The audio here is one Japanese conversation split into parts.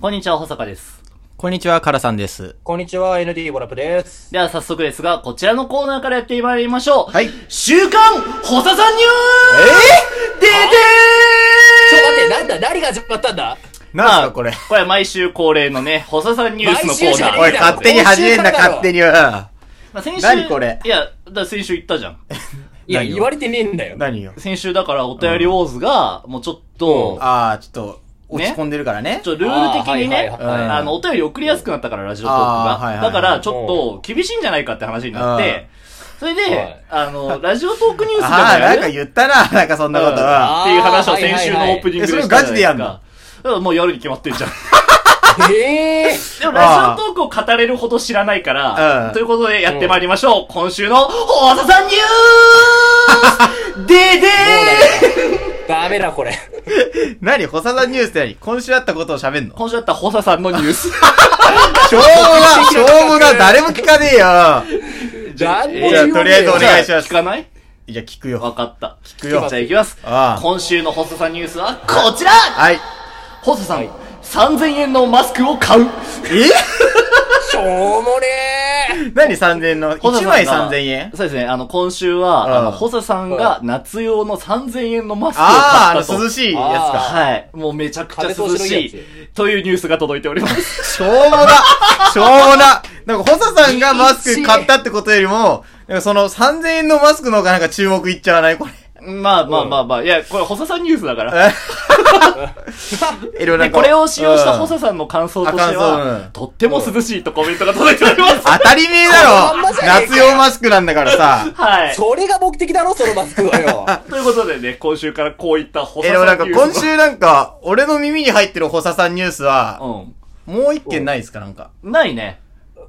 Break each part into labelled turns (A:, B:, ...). A: こんにちは、保坂です。
B: こんにちは、カラさんです。
C: こんにちは、ND ボラップです。
A: では早速ですが、こちらのコーナーからやってまいりましょう。
B: はい
A: 週刊、保坂さんニュースで
C: ちょ、待って、なんだ、何が始まったんだ
B: なんすか、これ。
A: ーこれ毎週恒例のね、保坂さんニュースのコーナー。
B: おい、
C: 毎週じゃねえだろ
B: 勝手に始めんな、勝手に。うん
A: まあ先週、
B: 何これ
A: いや、だから先週言ったじゃん。
C: いや、
B: 何を
C: 言われてねえんだよ。
B: 何よ。
A: 先週だからお便りウォーズが、もうちょっと、
B: あー、ちょっと、落ち込んでるからね。
A: ちょっとルール的にね、
C: あーはいはい
B: はい
A: あの、お便り送りやすくなったから、ラジオトーク
B: あーはい
A: が。
B: はいは
A: だ
B: い
A: から、ちょっと、厳しいんじゃないかって話になって、それ
C: は
A: で
C: い、
A: あの、ラジオトークニュースでも
B: あー、
A: や
B: なん
A: る
B: か言ったな、 なんかそんなことは。
C: あ
A: っていう話を先週のオープニングでしたじゃないすか
B: えそれガチでやんの
A: だからもうやるに決まってんじ ゃん。
C: ええ
A: でもラジオトークを語れるほど知らないから、
B: うん
A: ということでやってまいりましょう。今週の、ほうささんニュース でで
C: ー、ダメだ、これ。
B: 何補佐さんニュースって何今週あったことを喋んの
A: ー今週だったらほうささんのニュース。
B: しょうもな、しょうもな、誰も聞かねえよ。
C: なんで
B: じゃあとり あえずお
C: 俺。
B: 願いします
A: じゃあ聞かない
B: じゃあ聞くよ。
A: わかった。聞
B: くよ
A: じゃあ行きます。
B: ああ
A: 今週のほうささんニュースはこちら
B: はい。
A: ほうささん、3000円のマスクを買う。
B: え
C: しょうもね
B: 何3000円の、
A: ホサさん
B: 1
A: が
B: 枚3000円
A: そうですね。あの、今週は、
B: う
A: あ
B: ん
A: の、ホサさんが夏用の3000円のマスクを
B: あ
A: 買っ
B: ー、
A: たと。
B: あの、涼しいやつか。
A: はい。もうめちゃくちゃ涼しい
C: 風通しのいいや。
A: というニュースが届いております。
B: しょうもな、しょうもな。なんか、ホサさんがマスク買ったってことよりも、なんかその3000円のマスクの方がなんか注目いっちゃわないこれ。
A: まあまあまあまあ。いや、これ、補佐さんニュースだから。
B: え、 でも
A: で、これを使用した補
B: サ
A: 佐さんの感想として
B: あ感想
A: は
B: う、ん
A: とっても涼しいとコメントが届いており ます。
B: 当たり前だ
C: こ
B: ろ
C: のまんまじゃねえか
B: 夏用マスクなんだから さ。
A: はい。
C: それが目的だろ、そのマスクはよ。
A: ということでね、今週からこういった補
B: え、
A: 佐
B: でも
A: さ
B: なん
A: ん
B: か
A: ニュー
B: 今
A: ス
B: 週なんか、俺の耳に入ってるホサさんニュースは、
A: の。
B: もう一件ないですかなんか。
A: うん。ないね。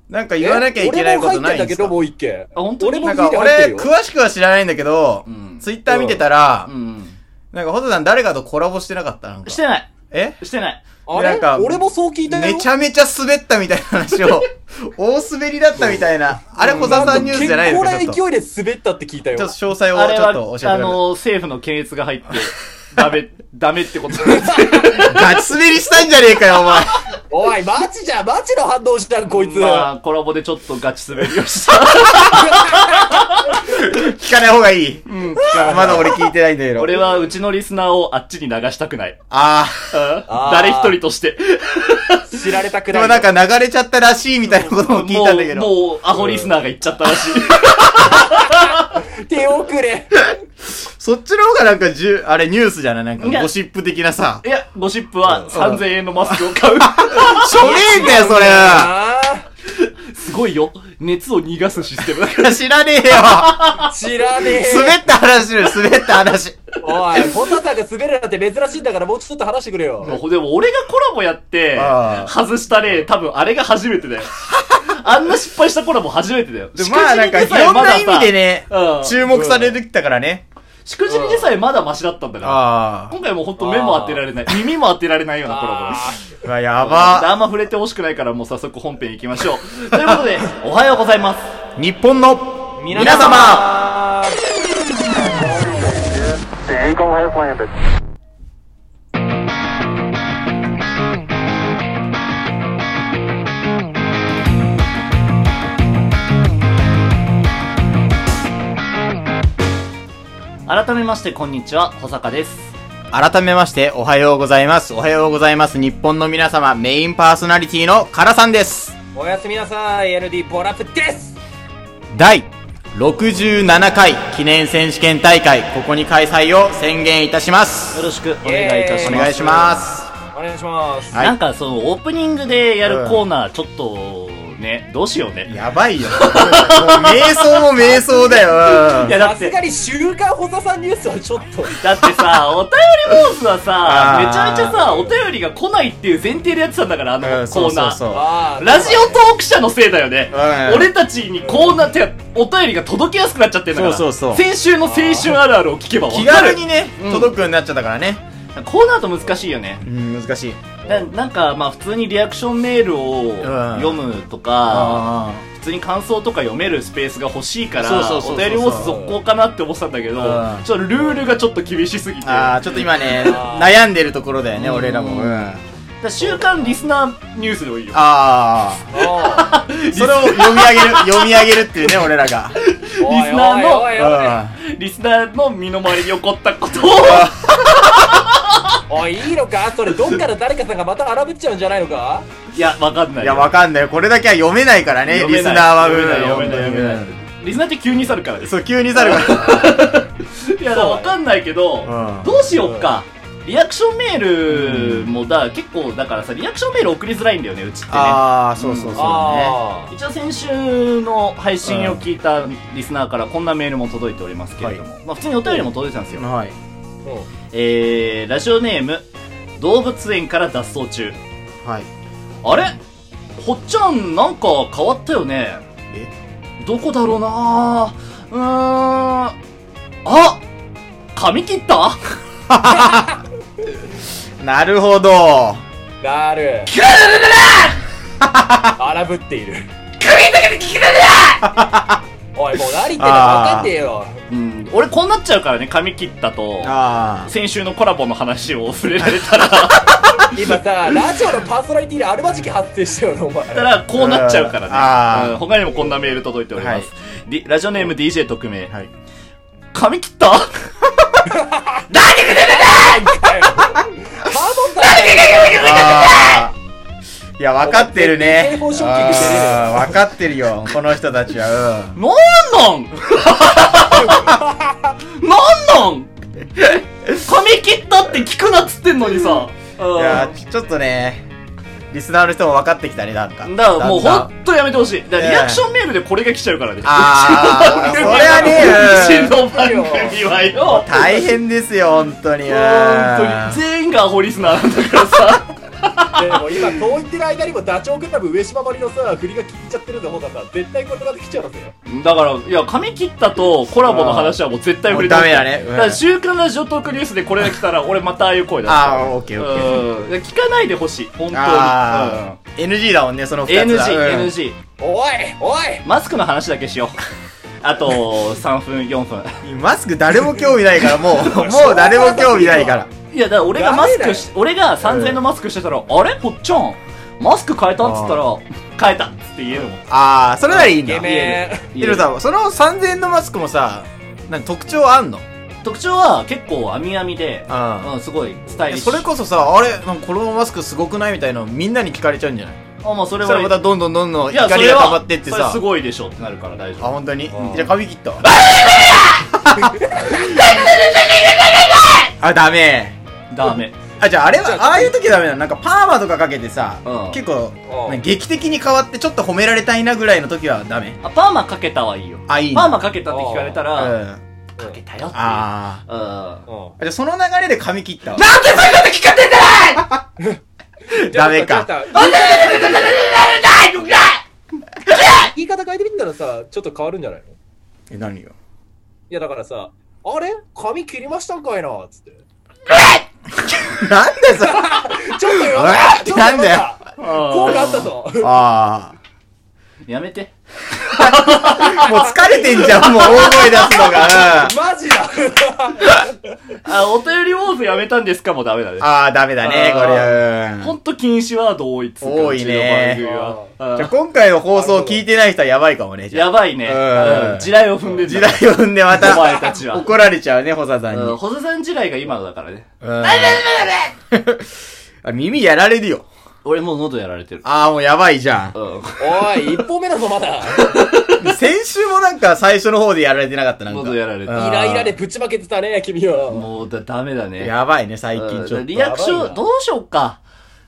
B: なんか言わなきゃいけないことないん
C: 俺も入ってんだけ
B: ですか
C: ど、もう一件。
A: あ本当に
C: 俺も
B: な
C: 聞
B: ん
C: いて
B: か
C: 入ってる
B: 俺、
C: よ。
B: 詳しくは知らないんだけど
A: うん、
B: ツイッター見てたら
A: う、ん。
B: なんかホサさん誰かとコラボしてなかったなんか
A: して。ない。
B: え
A: してない。
C: あ
B: なんか
C: れ俺もそう聞いたよ。
B: めちゃめちゃ滑ったみたいな 話を、大滑りだったみたいな。あれ、小沢さんニュースじゃないですかちょっと。ち
C: 結構な勢いで滑ったって聞いたよ。
B: ょっと詳細
A: あれは、あ
B: を
A: の
B: ちょっと教えてくださ、
A: 政府の検閲が入って、ダ メ、ダメってことなんです
B: い。ガチ滑りしたんじゃねえかよ、お前。
C: おい、マジじゃん、マジの反応したん、こいつ。
A: まあ、コラボでちょっとガチ滑りをした。
B: 聞かない方がいい。まだ俺聞いてないんだけど。
A: 俺は、うちのリスナーをあっちに流したくない。
B: あ
C: あー
A: 誰一人として。
C: 知られたく
B: ー。
C: な
B: で
C: い。
B: もなんか流れちゃったらしいみたいなことも聞いたんだけ
A: も
B: ど。
A: う、もう、アホリスナーが言っちゃったらしい。
C: 手遅れ。
B: そっちの方がなんかじゅ、あれニュースじゃないなん
A: いや
B: かゴシップ的なさ。
A: いや、ゴシップは3000円のマスクを買 う。
B: しょねえ んだよ、それ。
C: あ
A: すごいよ。熱を逃がすシステムだから。
B: 知らねえよ。
C: ー知らねえ。
B: 滑った話だよ、滑った話。
C: おい、こんなさんが滑るなんて珍しいんだから、もうちょっと話してくれよ。
A: でも俺がコラボやって
B: あ、ー
A: 外した例、多分あれが初めてだ よ。あんな失敗したコラボ初めてだよ。
B: でまあな んか、い
A: しくじりでさえ
B: ろん
A: まだ
B: な
A: さ
B: 意味でね
A: うん、
B: 注目されてきたからね。
A: しくじりでさえまだマシだったんだから。
B: あ
A: 今回もうほんと目も当てられない。耳も当てられないようなコラボです。
B: あ。うわ、や
A: あ
B: ば。
A: んま触れてほしくないからもう早速本編行きましょう。ということで、おはようございます。
B: 日本の皆様
C: 様
D: The Eagle has landed.
A: 改めましてこんにちは、保坂です。
B: 改めまして、おはようございます。おはようございます。日本の皆様、メインパーソナリティのカラさんです。
C: おやすみなさい、ND ボラップです
B: 第67回記念選手権大会、ここに開催を宣言いたします。
A: よろしくお願いいたし
B: お
A: ます。
B: 願いします。
C: お願いします。
B: はい
A: なんかそのオープニングでやるコーナー、ちょっとね、どうしようね。
B: やばいよ。もう瞑想も瞑想だよ。
A: いやだ
C: さ
A: っ
C: す
A: て、
C: がに週刊ホザさんニュースはちょっと。
A: だってさ、お便りボースはさ
B: あ、ー
A: めちゃめちゃさ、お便りが来ないっていう前提でやってたんだから、あのコ
B: うんそう
A: ー
B: そ
A: ナ
B: うそう
A: ー。
C: あー
A: ラジオトーク社のせいだよね
B: う。ん
A: 俺たちにこうなって、お便りが届きやすくなっちゃってるんだから。
B: そうそうそう
A: 先週の青春あるあるを聞けばわかる。
B: 気軽にね
A: うん、
B: 届くようになっちゃったからね。
A: コーナーと難しいよね。
B: うん、難しい。
A: ななんか、まあ普通にリアクションメールを読むとか、
B: あ
A: 普通に感想とか読めるスペースが欲しいから、
B: そうそうそうそう
A: お便りも続行かなって思ってたんだけど、
B: うん
A: ちょっとルールがちょっと厳しすぎて、
B: あー、ちょっと今ね
C: あ、ー
B: 悩んでるところだよね、俺らも。
A: うん
B: うん
A: ら週刊リスナーニュースでもいいよ。
B: あ
C: お
B: あ。それを読み上げる、 読み上げるっていうね、俺らが。
C: いおいおい
A: リ
C: おいおい
A: スナーの
B: う
A: リスナーの身の回りに起こった ことを、
C: おいいいのかそれどっから誰かさんがまた荒ぶっちゃうんじゃないのか
A: いや、わかんないよ。
B: ん。いや、わかんないよ。これだけは読めないからね、
A: 読め
B: リス
A: な
B: ナ
A: い
B: ーは。
A: 読めない
B: うん
A: 読めない読めない
B: うん
A: リスナーって急に去るからです。
B: そう、急に猿 が。
A: いや、だからわかんないけど、
B: うん
A: どうしよっか。リアクションメールもだ、結構だからさ、リアクションメール送りづらいんだよね、うちってね。
B: ああ、そうそうそうだね。
C: あ
A: 一応先週の配信を聞いたリスナーからこんなメールも届いておりますけれども、まあ普通にお便りも届いてたんですよ。
B: はい。
C: あ
A: えー、ラジオネーム、動物園から脱走中。
B: はい。
A: あれほっちゃん、なんか変わったよね。どこだろうなうーん。あ髪切った
B: えなるほど。
C: なる荒ぶっているおいもう何言ってんだか分かんねえよ
A: うん。俺こうなっちゃうからね、髪切ったと。
B: あ
A: 先週のコラボの話を触れられ たら、だ
C: 今さラジオのパーソナリティであるまじき発生したよなお前
A: ったらこうなっちゃうからね。
B: あー
A: うん他にもこんなメール届いております。リラジオネーム DJ 特命。
B: あ。はい。
A: 髪切った
C: ハードだ
B: あーいや、分かってる
C: テレ
B: ね。
C: フォンショッキングしてるよ
B: あー分かってるよ、この人たちは。うん
A: なん なんなんなん髪切ったって聞くなっつってんのにさ。うん
B: いやーちょっとね、リスナーの人も分かってきたね、なんか。
A: だからもうほ
B: だんだん
A: んとやめてほしい。だから
B: ええ
A: リアクションメールでこれが来ちゃうからね。
B: あー、そりゃね、
A: うちの番組はよ。
B: 大変ですよ、本当に。
A: 本当に。全員がアホリスナーなんだからさ。
C: でも今こう言ってる間にもダチョウクラブ上島まりのさ振りが効いちゃってるんだほうがさ絶対これができちゃうのだよ
A: だから、いや、髪切ったとコラボの話はもう絶対触れてほしい
B: もうダメだねうん
A: だから週刊ラジオトークニュースでこれが来たら、俺またああいう声出すから。
B: あー、オッケーオッケー。
A: うん。聞かないでほしい。本当に。うん
B: あー、NG だもんね、その二つ
A: NG、
B: は。うん
A: NG。
C: おいおい
A: マスクの話だけしよう。あと、3分、4分。
B: マスク誰も興味ないから、もう、もう誰も興味ないから。
A: いや、だから俺が
C: ダ
A: マ
C: メ
A: ス
C: だ
A: ク
C: よ
A: し、俺が3000円のマスクしてたら、あれぽっちゃん、マスク変えたっつったら、変えたっつって言えるもん。
B: あー、それならいいん
C: イ
B: だ。
C: ケメン
B: ヒロさん、その3000円のマスクもさ、なんか特徴あんの
A: 特徴は結構網網で、
B: うん
A: うん、すごいスタイリッシュ。
B: それこそさ、あれ、なんかこのマスクすごくないみたいなのみんなに聞かれちゃうんじゃない
A: あ、まあそれ
B: そしたらま
A: は、
B: たどんどんどんどん
A: いや、
B: 怒
A: そ
B: り
A: れ
B: が
A: は、
B: 溜まってって
A: それ
B: さ
A: す。ごいでしょってなるから大丈
B: あ、
A: 夫。
B: 本当に
A: うん
B: じゃあ髪切ったわ。あ、ダメ。
A: ダメ。
B: あ、じゃああれは、ああいう時ダメなのなんかパーマとかかけてさ
A: うん、
B: 結構
C: うん、
B: なんか劇的に変わってちょっと褒められたいなぐらいの時はダメ。
A: あ、パーマかけたはいいよ。
B: あ、いい
A: パー
B: な。
A: マかけたって聞かれた
B: う
A: ら、
B: ん。あ
A: かけたよっていう。
B: あー。
A: うん。
B: あじゃあその流れで髪切ったわ。
A: なんでそういうこと聞かせてない
B: ダメか
C: ちょっと言い方変えてみたらさちょっと変わるんじゃないのい
B: え、何よ。
C: やだからさあれ髪切りましたんかいなっつ って
B: なんでさ、
C: ちょっとよ
B: おい
C: ちょっと
B: なんだよ
C: 効果あったぞ
B: あ
A: やめて。
B: あ。もう疲れてんじゃん、もう大声出すのが。うん
C: マジだ
A: あ、お便りウォーズやめたんですかもダメだね。
B: ああ、ダメだね、
A: あ
B: これ。
A: ほ
B: うん
A: んと禁止ワード多いっつうか
B: 多いね
A: うちの番組は
B: じゃあ
A: うん
B: 今回の放送を聞いてない人はやばいかもね、じゃ
A: や
B: あ。
A: ばいね。
B: うん
A: うん地雷を踏んでん
B: 時
A: だ
B: 代を生んでま
A: お前
B: た、
A: たち は。
B: 怒られちゃうね、ホサさんに。
A: う、
B: うんん
A: ホセさん地雷が今のだからね。
B: あ耳やられるよ。
A: 俺もう喉やられてる。
B: ああ、もうやばいじゃん。
A: うん。
C: おい一歩目だぞまだ
B: 先週もなんか最初の方でやられてなかった、なんか。
A: 喉やられてる
B: うん
C: イライラでぶちまけてたね君は
A: もうだ、ダメだね。
B: やばいね、最
A: うん
B: 近ちょっと。
A: リアクシ
C: やば
A: ョ
C: い
A: ン、
C: な
A: どうしよっか。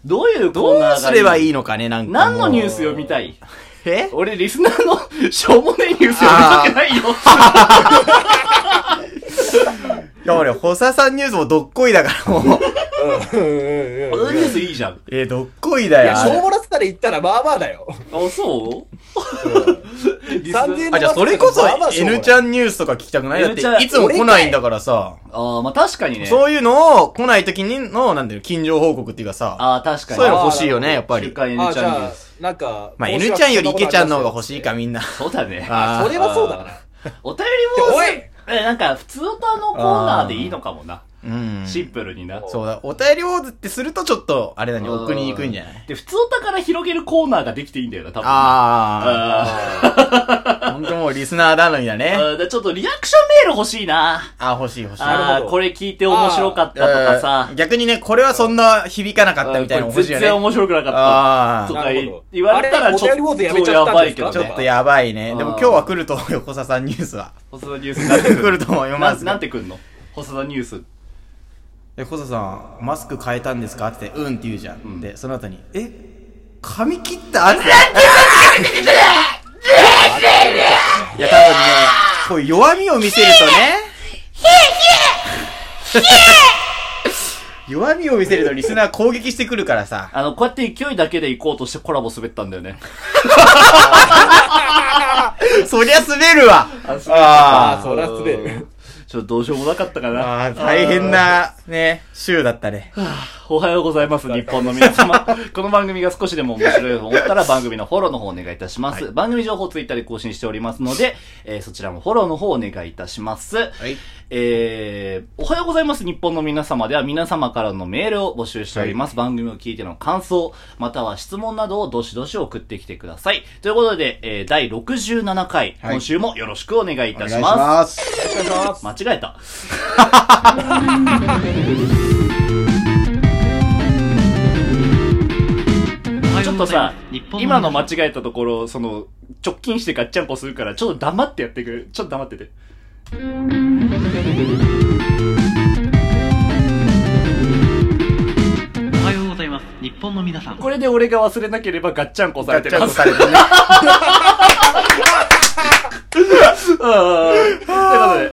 A: どういうコ
B: ど
A: ーナーが
B: うすれば
A: い
B: いいのかね、なんかもう。
A: 何のニュース読みたい
B: え
A: 俺、リスナーの、 しょうもねえニュース読みたくないよ。
B: いや、俺、ホサさんニュースもどっこいだから、も う。
C: うんうんうんうん
A: 俺のニュースいいじゃん。
B: え、どっこいだ
C: い
B: よ。
C: や、
B: あ
C: し
B: れ
C: ょうもなさで言ったらまあまあだよ。
A: あ、そうリスナー
C: 3000円の
B: あ、じゃあそれこそ
C: まあまあしょうもない
B: N ちゃんニュースとか聞きたくない
A: N
B: だって
A: ちゃん
B: いつも来ないんだからさ、
A: あーまあ確かにね。
B: そういうのを来ない時にの、なんだよ、近所報告っていうかさ、
A: ああ、確かに。
B: そういうの欲しいよね、
C: あー
B: やっぱ
A: 週
B: り。
A: 刊 N
C: あ、
A: ち
C: じ
A: ゃんニ
C: ゃ
A: ュ
C: あ
A: ース。、
C: なんか。
B: まあ、
C: 今週
B: N
C: は
B: ちゃんより池ちゃんの方が欲しいか、みんな。
A: そうだね。
B: あー
C: それはそうだな。
A: お便りも
C: おい
A: え、なんか、普通歌のコーナーでいいのかもな。
B: うん。
A: シンプルにな。
B: そうだ。お便り坊主ってするとちょっと、あれだね、送りにくいんじゃない
A: で、普通お宝から広げるコーナーができていいんだよな、多分。
B: あ
A: あ
B: あ。ほんともうリスナー頼みだ
A: ー。
B: ね。
A: あーでちょっとリアクションメール欲しいな。
B: あー欲しい欲しい。
C: るほど
A: あーこれ聞いて面白かったとかさ
B: うん。逆にね、これはそんな響かなかったみたいなの
A: うん
B: 欲しいよ
A: 全
B: ね。
A: 然面白くなかっ
B: あ
A: た。と
B: あ。
A: か
C: なるほど
A: 言われた
C: あ
A: ら
C: れ
A: ちょ
C: お便り坊
A: っ
C: 主
A: と
C: やめちゃったんですか
A: やばいけど
B: ち
A: ね
B: ょっとやばいね。でも
A: あー
B: 今日は来ると思うよ、小佐さんニュースは。
A: 細田ニュースになってく
B: 来
A: る
B: ると思い
A: な
B: ま
A: ん
B: す。
A: なんてくんの細田ニュース。
B: で、小佐さん、マスク変えたんですかって、うんって言うじゃん。
A: ん
B: で、その後に、え髪切ったって。いや、多分ね、こういう弱みを見せるとね。弱みを見せるとリスナー攻撃してくるからさ。
A: あの、こうやって勢いだけで行こうとしてコラボ滑ったんだよね。
B: そりゃ滑るわ
C: ああ、
B: あ
C: そらすでる。
A: ちょっとどうしようもなかったか
B: あ
A: な。
B: ああ大変な、ね、週だったね。
A: おはようございます、日本の皆様。この番組が少しでも面白いと思ったら番組のフォローの方お願いいたします。番組情報ツイッターで更新しておりますので、えーそちらもフォローの方お願いいたします。
B: はい。
A: えー、おはようございます、日本の皆様では皆様からのメールを募集しております。番組を聞いての感想、または質問などをどしどし送ってきてください。ということで、えー、第67回、
B: はい
A: 今週もよろしくお願いい
B: お
A: た
B: 願い
A: し
B: し
A: ます。
B: ます。
C: お願いします。
A: 間違えた。ちょっとさ、今の間違えたところ、その、直近してガッチャンコするから、ちょっと黙ってやってくれ。ちょっと黙ってて。
E: おはようございます。日本の皆さん。
A: これで俺が忘れなければガッチャンコさ
B: ガ
A: れ
B: ッ
A: て
B: チャン
A: ま
B: コ
A: す。
B: されてね。
A: うんということで、